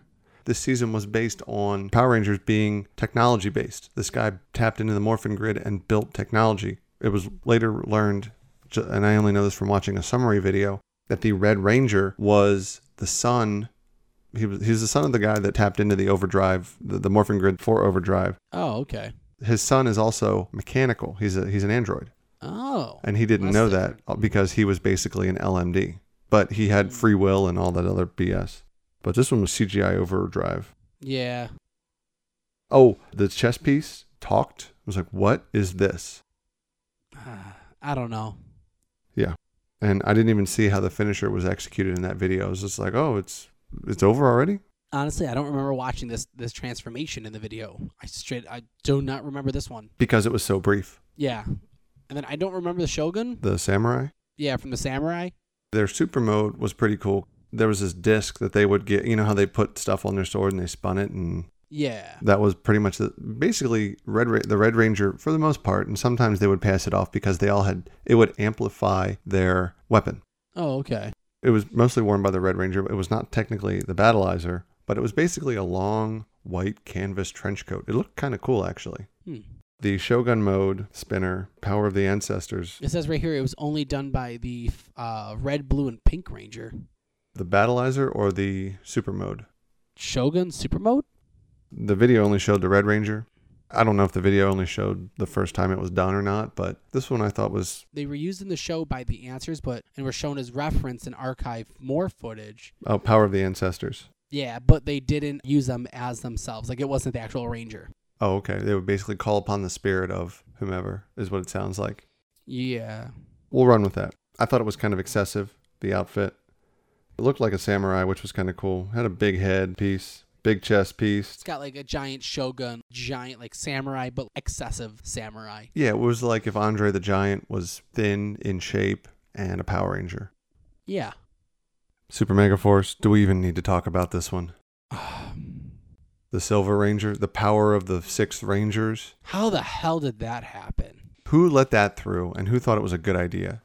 [SPEAKER 5] This season was based on Power Rangers being technology based. This guy tapped into the Morphin Grid and built technology. It was later learned, ju- and I only know this from watching a summary video, that the Red Ranger was the son. He was he's the son of the guy that tapped into the overdrive, the, the Morphin Grid for overdrive.
[SPEAKER 6] Oh, okay.
[SPEAKER 5] His son is also mechanical. He's a, he's an android.
[SPEAKER 6] Oh.
[SPEAKER 5] And he didn't
[SPEAKER 6] That's
[SPEAKER 5] know that
[SPEAKER 6] different.
[SPEAKER 5] uh, because he was basically an LMD. But he had free will and all that other BS. But this one was CGI overdrive.
[SPEAKER 6] Yeah.
[SPEAKER 5] Oh, the chess piece talked. I was like, what is this?
[SPEAKER 6] Ah, I don't know.
[SPEAKER 5] And I didn't even see how the finisher was executed in that video. I was just like, oh, it's it's over already?
[SPEAKER 6] Honestly, I don't remember watching this this transformation in the video. I straight I do not remember this one.
[SPEAKER 5] Because it was so brief.
[SPEAKER 6] Yeah. And then I don't remember the Shogun.
[SPEAKER 5] the samurai.
[SPEAKER 6] Yeah, from the Samurai.
[SPEAKER 5] Their super mode was pretty cool. There was this disc that they would get, you know how they put stuff on their sword and they spun it and
[SPEAKER 6] Yeah.
[SPEAKER 5] that was pretty much the basically red Ra- the red ranger for the most part and sometimes they would pass it off because they all had it would amplify their weapon
[SPEAKER 6] Oh, okay.
[SPEAKER 5] it was mostly worn by the red ranger but it was not technically the battleizer but it was basically a long white canvas trench coat it looked kind of cool actually
[SPEAKER 6] Hmm.
[SPEAKER 5] the shogun mode spinner power of the ancestors
[SPEAKER 6] It says right here it was only done by the uh, red, blue, and pink ranger.
[SPEAKER 5] the battleizer or the super mode
[SPEAKER 6] Shogun Super Mode?
[SPEAKER 5] the video only showed the red ranger i don't know if the video only showed the first time it was done or not but this one i thought was
[SPEAKER 6] They were used in the show by the answers, but and were shown as reference and archive more footage.
[SPEAKER 5] oh power of the ancestors
[SPEAKER 6] Yeah, but they didn't use them as themselves. Like it wasn't the actual ranger.
[SPEAKER 5] Oh, okay. They would basically call upon the spirit of whomever, is what it sounds like.
[SPEAKER 6] Yeah.
[SPEAKER 5] We'll run with that. I thought it was kind of excessive, the outfit. It looked like a samurai, which was kind of cool. Had a big head piece, big chest piece.
[SPEAKER 6] It's got like a giant shogun, giant like samurai, but excessive samurai.
[SPEAKER 5] Yeah, it was like if Andre the Giant was thin, in shape, and a Power Ranger.
[SPEAKER 6] Yeah.
[SPEAKER 5] Super Mega Force, do we even need to talk about this one? The Silver Ranger, the power of the Sixth Rangers.
[SPEAKER 6] How the hell did that happen?
[SPEAKER 5] Who let that through and who thought it was a good idea?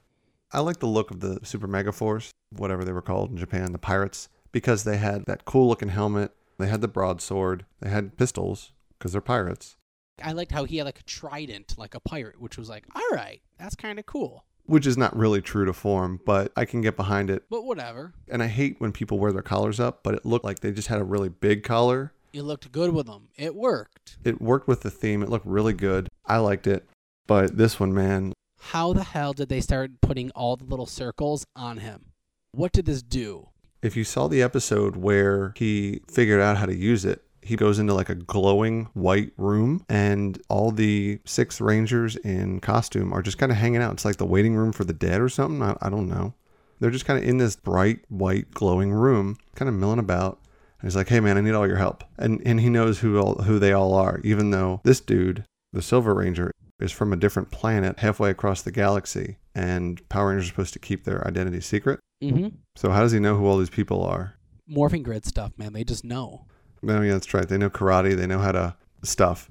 [SPEAKER 5] I like the look of the Super Mega Force, whatever they were called in Japan, the pirates, because they had that cool looking helmet, they had the broadsword, they had pistols, because they're pirates,
[SPEAKER 6] I liked how he had like a trident, like a pirate, which was like, all right, that's kind of cool.
[SPEAKER 5] which is not really true to form, but I can get behind it.
[SPEAKER 6] But whatever.
[SPEAKER 5] And I hate when people wear their collars up, but it looked like they just had a really big collar.
[SPEAKER 6] It looked good with him. It worked.
[SPEAKER 5] It worked with the theme, it looked really good. I liked it. But this one, man,
[SPEAKER 6] How the hell did they start putting all the little circles on him? What did this do?
[SPEAKER 5] If you saw the episode where he figured out how to use it, he goes into like a glowing white room, and all the six rangers in costume are just kind of hanging out. It's like the waiting room for the dead or something. I, I don't know. They're just kind of in this bright, white, glowing room, kind of milling about. And he's like, "Hey, man, I need all your help." And and he knows who all, who they all are, even though this dude, the Silver Ranger, is from a different planet halfway across the galaxy, and Power Rangers are supposed to keep their identity secret.
[SPEAKER 6] Mm-hmm.
[SPEAKER 5] So how does he know who all these people are?
[SPEAKER 6] Morphing grid stuff, man. They just know.
[SPEAKER 5] No, yeah, that's right. They know karate. They know how to stuff.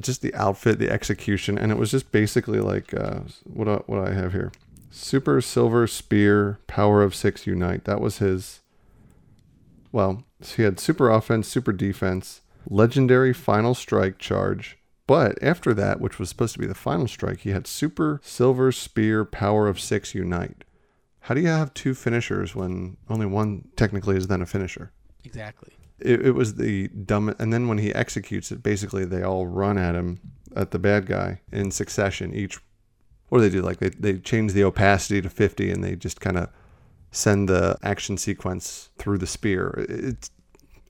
[SPEAKER 5] Just the outfit, the execution, and it was just basically like uh, what I, what I have here: Super Silver Spear, Power of Six Unite. That was his. Well, he had super offense, super defense, legendary final strike charge. But after that, which was supposed to be the final strike, he had Super Silver Spear, Power of Six Unite. How do you have two finishers when only one technically is then a finisher?
[SPEAKER 6] Exactly.
[SPEAKER 5] it, it was the dumb and then when he executes it basically they all run at him at the bad guy in succession each what do they do like they, they change the opacity to 50 and they just kind of send the action sequence through the spear It- it's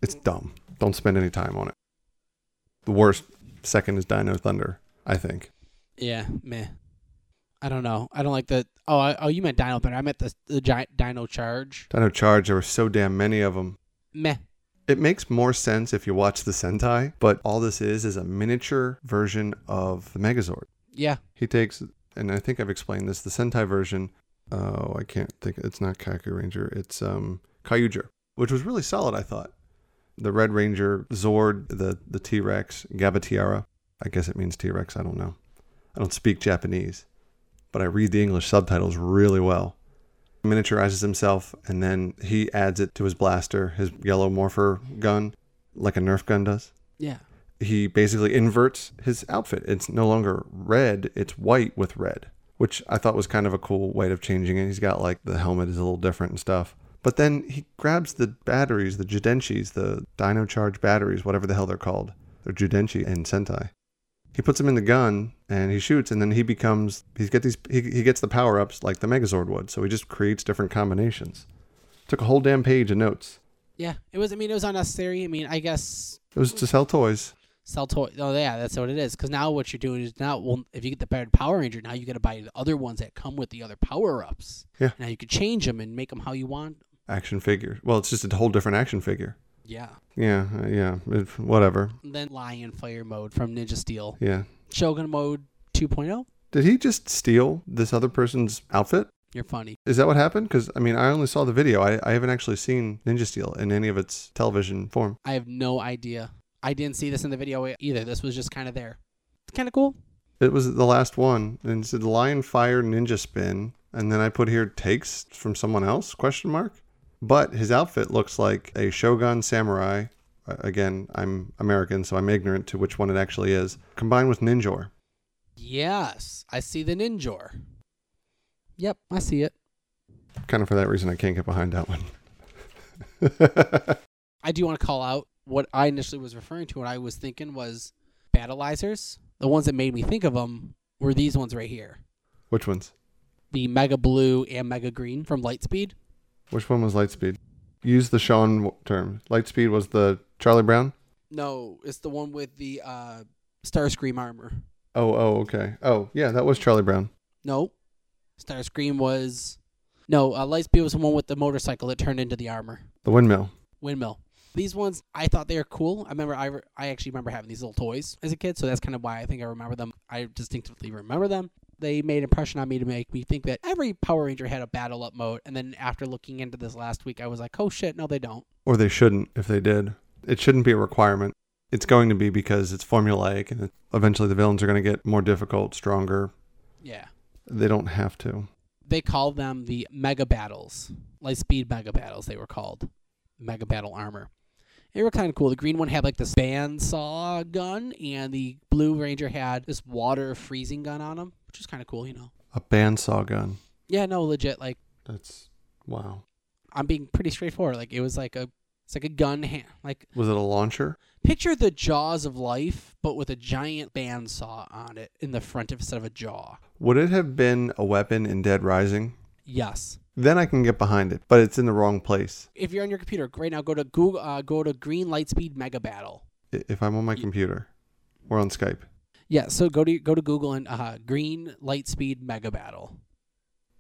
[SPEAKER 5] it's dumb don't spend any time on it the worst second is dino thunder i think
[SPEAKER 6] Yeah, meh. I don't know. I don't like the. Oh, I, oh, you meant Dino Thunder. I meant the the giant Dino Charge.
[SPEAKER 5] dino charge there were so damn many of them
[SPEAKER 6] Meh.
[SPEAKER 5] It makes more sense if you watch the Sentai, but all this is is a miniature version of the Megazord.
[SPEAKER 6] Yeah.
[SPEAKER 5] He takes, and I think I've explained this, the Sentai version. Oh, I can't think. It's not Kaku Ranger. It's um Kyuger, which was really solid. I thought the Red Ranger, Zord, the the T Rex, Gabatiara. I guess it means T Rex. I don't know. I don't speak Japanese, but I read the English subtitles really well. Miniaturizes himself, and then he adds it to his blaster, his yellow morpher gun, like a Nerf gun does
[SPEAKER 6] Yeah.
[SPEAKER 5] he basically inverts his outfit. It's no longer red, it's white with red, which I thought was kind of a cool way of changing it. He's got like the helmet is a little different and stuff. But then he grabs the batteries, the Judenchis, the Dino Charge batteries, whatever the hell they're called. They're Judenchi and Sentai. He puts them in the gun and he shoots, and then he becomes he's get these he, he gets the power ups like the Megazord would. So he just creates different combinations. Took a whole damn page of notes.
[SPEAKER 6] Yeah. It was. I mean, it was unnecessary. I mean, I guess
[SPEAKER 5] It was to sell toys.
[SPEAKER 6] sell toy. Oh, yeah. That's what it is. Because now what you're doing is now, well, if you get the paired Power Ranger, now you got to buy the other ones that come with the other power ups.
[SPEAKER 5] Yeah.
[SPEAKER 6] Now you can change them and make them how you want.
[SPEAKER 5] Action figure. Well, it's just a whole different action figure.
[SPEAKER 6] Yeah.
[SPEAKER 5] Yeah, uh, yeah, it, whatever.
[SPEAKER 6] And then Lion Fire mode oh. from Ninja Steel.
[SPEAKER 5] Yeah,
[SPEAKER 6] Shogun mode 2.0.
[SPEAKER 5] Did he just steal this other person's outfit?
[SPEAKER 6] You're funny.
[SPEAKER 5] Is that what happened? Because, I mean, I only saw the video. I, I haven't actually seen Ninja Steel in any of its television form.
[SPEAKER 6] I have no idea. I didn't see this in the video e-, either. This was just kind of there. It's kind of cool.
[SPEAKER 5] It was the last one. And it said Lion Fire Ninja Spin. And then I put here takes from someone else? Question mark. But his outfit looks like a Shogun Samurai. Uh, Again, I'm American, so I'm ignorant to which one it actually is. Combined with Ninjor.
[SPEAKER 6] Yes, I see the ninjor. Yep, I see it.
[SPEAKER 5] Kind of for that reason, I can't get behind that one.
[SPEAKER 6] I do want to call out what I initially was referring to. What I was thinking was battleizers. The ones that made me think of them were these ones right here:
[SPEAKER 5] which ones?
[SPEAKER 6] the mega blue and mega green from Lightspeed.
[SPEAKER 5] Which one was Lightspeed? Use the Sean w- term. Lightspeed was the Charlie Brown.
[SPEAKER 6] No, it's the one with the uh, Starscream armor.
[SPEAKER 5] Oh, oh, okay. Oh, yeah, that was Charlie Brown.
[SPEAKER 6] No, Starscream was no. Uh, Lightspeed was the one with the motorcycle that turned into the armor.
[SPEAKER 5] The windmill.
[SPEAKER 6] windmill. These ones, I thought they were cool. I remember, I, re- I actually remember having these little toys as a kid, so that's kind of why I think I remember them. I distinctively remember them. They made an impression on me to make me think that every Power Ranger had a battle up mode, and then after looking into this last week, I was like, oh shit, no, they don't.
[SPEAKER 5] Or they shouldn't if they did. It shouldn't be a requirement. It's going to be because it's formulaic and it- eventually the villains are going to get more difficult, stronger.
[SPEAKER 6] Yeah.
[SPEAKER 5] They don't have to.
[SPEAKER 6] They called them the Mega Battles, Lightspeed Mega Battles, they were called. Mega Battle Armor. They were kind of cool. The green one had like this bandsaw gun, and the blue ranger had this water freezing gun on him, which was kind of cool, you know.
[SPEAKER 5] A bandsaw gun.
[SPEAKER 6] Yeah, no, legit. Like
[SPEAKER 5] That's wow.
[SPEAKER 6] I'm being pretty straightforward. Like it was like a, it's like a gun hand. Like
[SPEAKER 5] Was it a launcher?
[SPEAKER 6] picture the jaws of life, but with a giant bandsaw on it in the front instead of a jaw.
[SPEAKER 5] Would it have been a weapon in Dead Rising?
[SPEAKER 6] Yes.
[SPEAKER 5] Then I can get behind it, but it's in the wrong place.
[SPEAKER 6] If you're on your computer right now, go to Google, uh, go to Green Lightspeed Mega Battle.
[SPEAKER 5] I- If I'm on my computer, we're on Skype.
[SPEAKER 6] Yeah. So go to go to Google and uh, Green Lightspeed Mega Battle.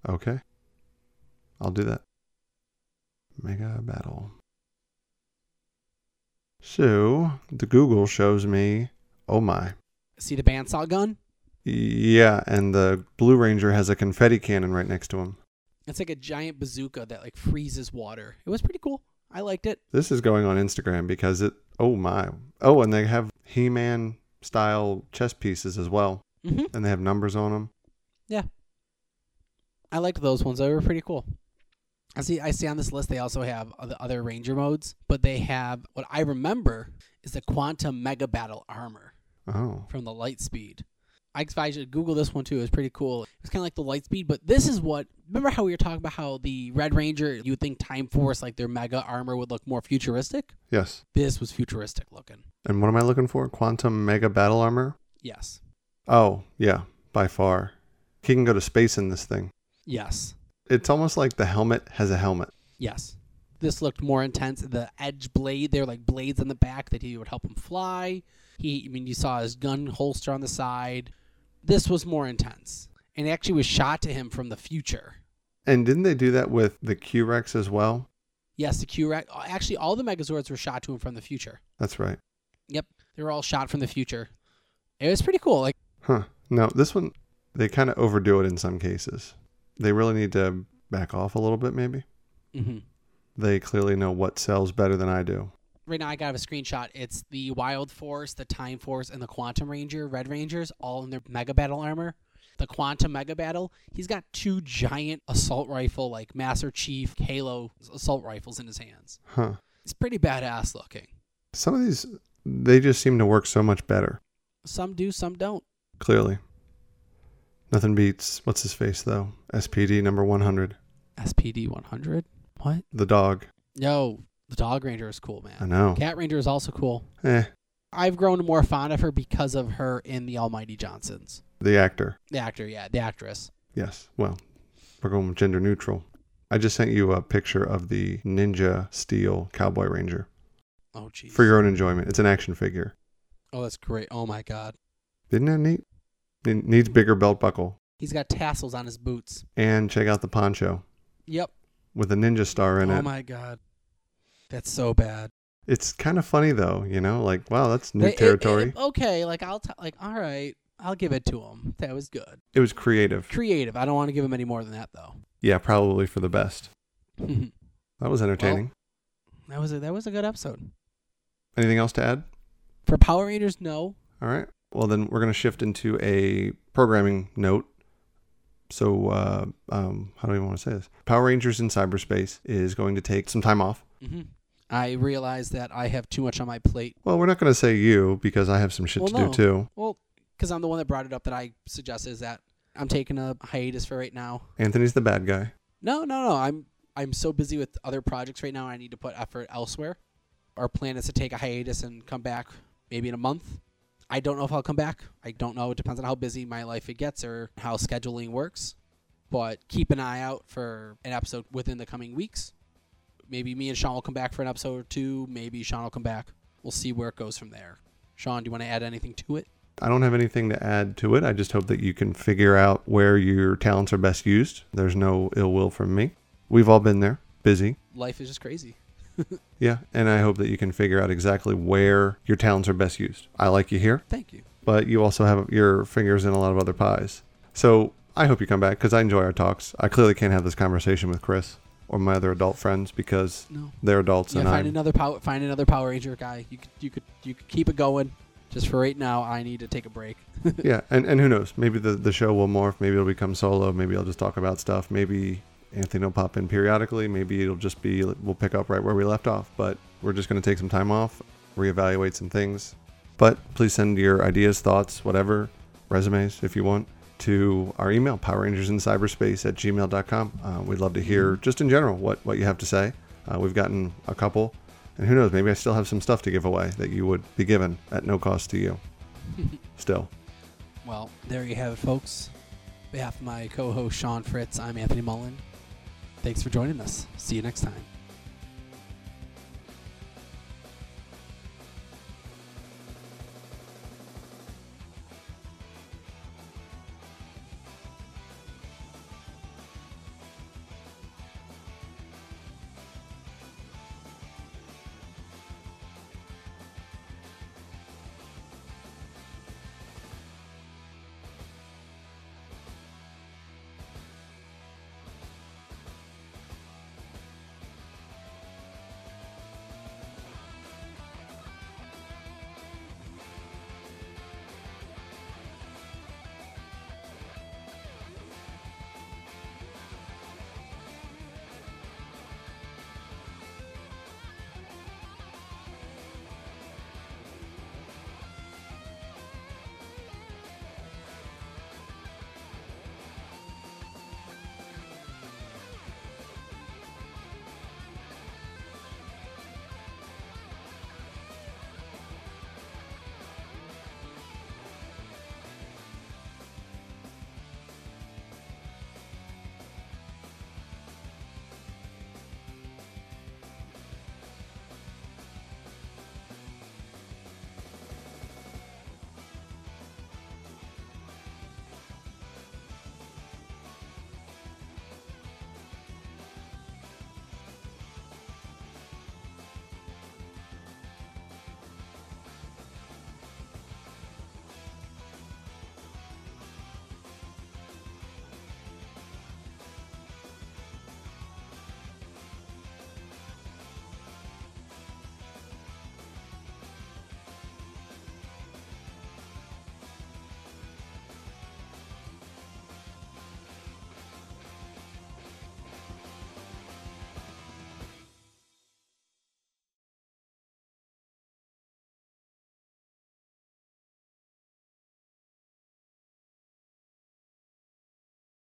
[SPEAKER 5] Okay. I'll do that. Mega battle. So, the Google shows me, oh my.
[SPEAKER 6] See the bandsaw gun?
[SPEAKER 5] Yeah, and the Blue Ranger has a confetti cannon right next to him.
[SPEAKER 6] It's like a giant bazooka that like freezes water. It was pretty cool. I liked it.
[SPEAKER 5] This is going on Instagram because it, oh my. Oh, and they have He Man style chess pieces as well,
[SPEAKER 6] Mm-hmm.
[SPEAKER 5] and they have numbers on them.
[SPEAKER 6] I liked those ones. They were pretty cool. I see. I see on this list they also have the other Ranger modes, but they have what I remember is the Quantum Mega Battle armor
[SPEAKER 5] Oh,
[SPEAKER 6] from the Lightspeed. I advise you to Google this one too. It was pretty cool. It's kind of like the Lightspeed, but this is what. Remember how we were talking about how the Red Ranger? You would think Time Force, like their Mega armor, would look more futuristic.
[SPEAKER 5] yes.
[SPEAKER 6] This was futuristic looking.
[SPEAKER 5] And what am I looking for? Quantum Mega Battle Armor?
[SPEAKER 6] Yes.
[SPEAKER 5] Oh, yeah, by far. He can go to space in this thing.
[SPEAKER 6] Yes.
[SPEAKER 5] It's almost like the helmet has a helmet.
[SPEAKER 6] Yes. This looked more intense. The edge blade, they're like blades on the back that he would help him fly. He, I mean, you saw his gun holster on the side. This was more intense. And it actually was shot to him from the future.
[SPEAKER 5] And didn't they do that with the Q Rex as well?
[SPEAKER 6] Yes, the Q Rex. Actually, all the Megazords were shot to him from the future.
[SPEAKER 5] That's right.
[SPEAKER 6] Yep. They were all shot from the future. It was pretty cool. Like,
[SPEAKER 5] Huh. No, this one, they kind of overdo it in some cases. They really need to back off a little bit, maybe.
[SPEAKER 6] mm-hmm.
[SPEAKER 5] They clearly know what sells better than I do.
[SPEAKER 6] right now I got a screenshot. It's the Wild Force, the Time Force, and the Quantum Ranger, Red Rangers, all in their Mega Battle armor. The Quantum Mega Battle, he's got two giant assault rifle, like Master Chief, Halo assault rifles in his hands.
[SPEAKER 5] Huh.
[SPEAKER 6] It's pretty badass looking.
[SPEAKER 5] Some of these, they just seem to work so much better,
[SPEAKER 6] Some do, some don't.
[SPEAKER 5] clearly. Nothing beats, what's his face, though? SPD number 100,
[SPEAKER 6] SPD 100? What?
[SPEAKER 5] the dog.
[SPEAKER 6] No, the Dog Ranger is cool,
[SPEAKER 5] I
[SPEAKER 6] man.
[SPEAKER 5] know.
[SPEAKER 6] Cat Ranger is also cool.
[SPEAKER 5] Eh,
[SPEAKER 6] I've grown more fond of her because of her in The Almighty Johnsons.
[SPEAKER 5] the actor.
[SPEAKER 6] The actor, yeah, the actress.
[SPEAKER 5] Yes. Well, we're going with gender neutral. I just sent you a picture of the Ninja Steel Cowboy Ranger
[SPEAKER 6] Oh, jeez.
[SPEAKER 5] for your own enjoyment. It's an action figure.
[SPEAKER 6] oh, that's great. Oh, my God.
[SPEAKER 5] Isn't that neat? It needs bigger belt buckle.
[SPEAKER 6] He's got tassels on his boots.
[SPEAKER 5] And check out the poncho
[SPEAKER 6] Yep.
[SPEAKER 5] with a ninja star in
[SPEAKER 6] oh
[SPEAKER 5] it.
[SPEAKER 6] my god. That's so bad.
[SPEAKER 5] It's kind of funny though, you know, like wow, that's new
[SPEAKER 6] It- it- it-
[SPEAKER 5] territory.
[SPEAKER 6] okay, like I'll t- like all right. I'll give it to him. That was good.
[SPEAKER 5] It was creative.
[SPEAKER 6] Creative. I don't want to give him any more than that though.
[SPEAKER 5] Yeah, probably for the best.
[SPEAKER 6] that
[SPEAKER 5] That was entertaining.
[SPEAKER 6] was a, that was a good episode.
[SPEAKER 5] Anything else to add?
[SPEAKER 6] For Power Rangers, no.
[SPEAKER 5] All right. Well, then we're going to shift into a programming note. So, uh, um, how do I even want to say this? Power Rangers in Cyberspace is going to take some time off.
[SPEAKER 6] Mm-hmm. I realize that I have too much on my plate.
[SPEAKER 5] Well, we're not going to say you because I have some shit
[SPEAKER 6] Well,
[SPEAKER 5] to
[SPEAKER 6] no.
[SPEAKER 5] do too.
[SPEAKER 6] Well, because I'm the one that brought it up that I suggested is that I'm taking a hiatus for right now.
[SPEAKER 5] Anthony's the bad guy.
[SPEAKER 6] No, no, no. I'm I'm so busy with other projects right now. I need to put effort elsewhere. Our plan is to take a hiatus and come back maybe in a month. I don't know if I'll come back. I don't know. It depends on how busy my life it gets or how scheduling works. But keep an eye out for an episode within the coming weeks. Maybe me and Sean will come back for an episode or two. Maybe Sean will come back. We'll see where it goes from there. Sean, do you want to add anything to it?
[SPEAKER 5] I don't have anything to add to it. I just hope that you can figure out where your talents are best used. There's no ill will from me. We've all been there, busy.
[SPEAKER 6] Life is just crazy.
[SPEAKER 5] Yeah. And I hope that you can figure out exactly where your talents are best used. I like you here.
[SPEAKER 6] Thank you.
[SPEAKER 5] but you also have your fingers in a lot of other pies. So I hope you come back because I enjoy our talks. I clearly can't have this conversation with Chris or my other adult friends because
[SPEAKER 6] No.
[SPEAKER 5] they're adults
[SPEAKER 6] Yeah,
[SPEAKER 5] and
[SPEAKER 6] find
[SPEAKER 5] I'm.
[SPEAKER 6] another power, find another Power Ranger guy. You could, you could, you could keep it going. Just for right now, I need to take a break.
[SPEAKER 5] yeah, and, and who knows? Maybe the, the show will morph. Maybe it'll become solo. Maybe I'll just talk about stuff. Maybe Anthony will pop in periodically. Maybe it'll just be we'll pick up right where we left off. But we're just going to take some time off, reevaluate some things. But please send your ideas, thoughts, whatever, resumes if you want, to our email, Power Rangers in Cyberspace at gmail.com. Uh, we'd love to hear just in general what, what you have to say. Uh, we've gotten a couple. And who knows, maybe I still have some stuff to give away that you would be given at no cost to you. Still.
[SPEAKER 6] Well, there you have it, folks. On behalf of my co-host Sean Fritz, I'm Anthony Mullen. Thanks for joining us. See you next time.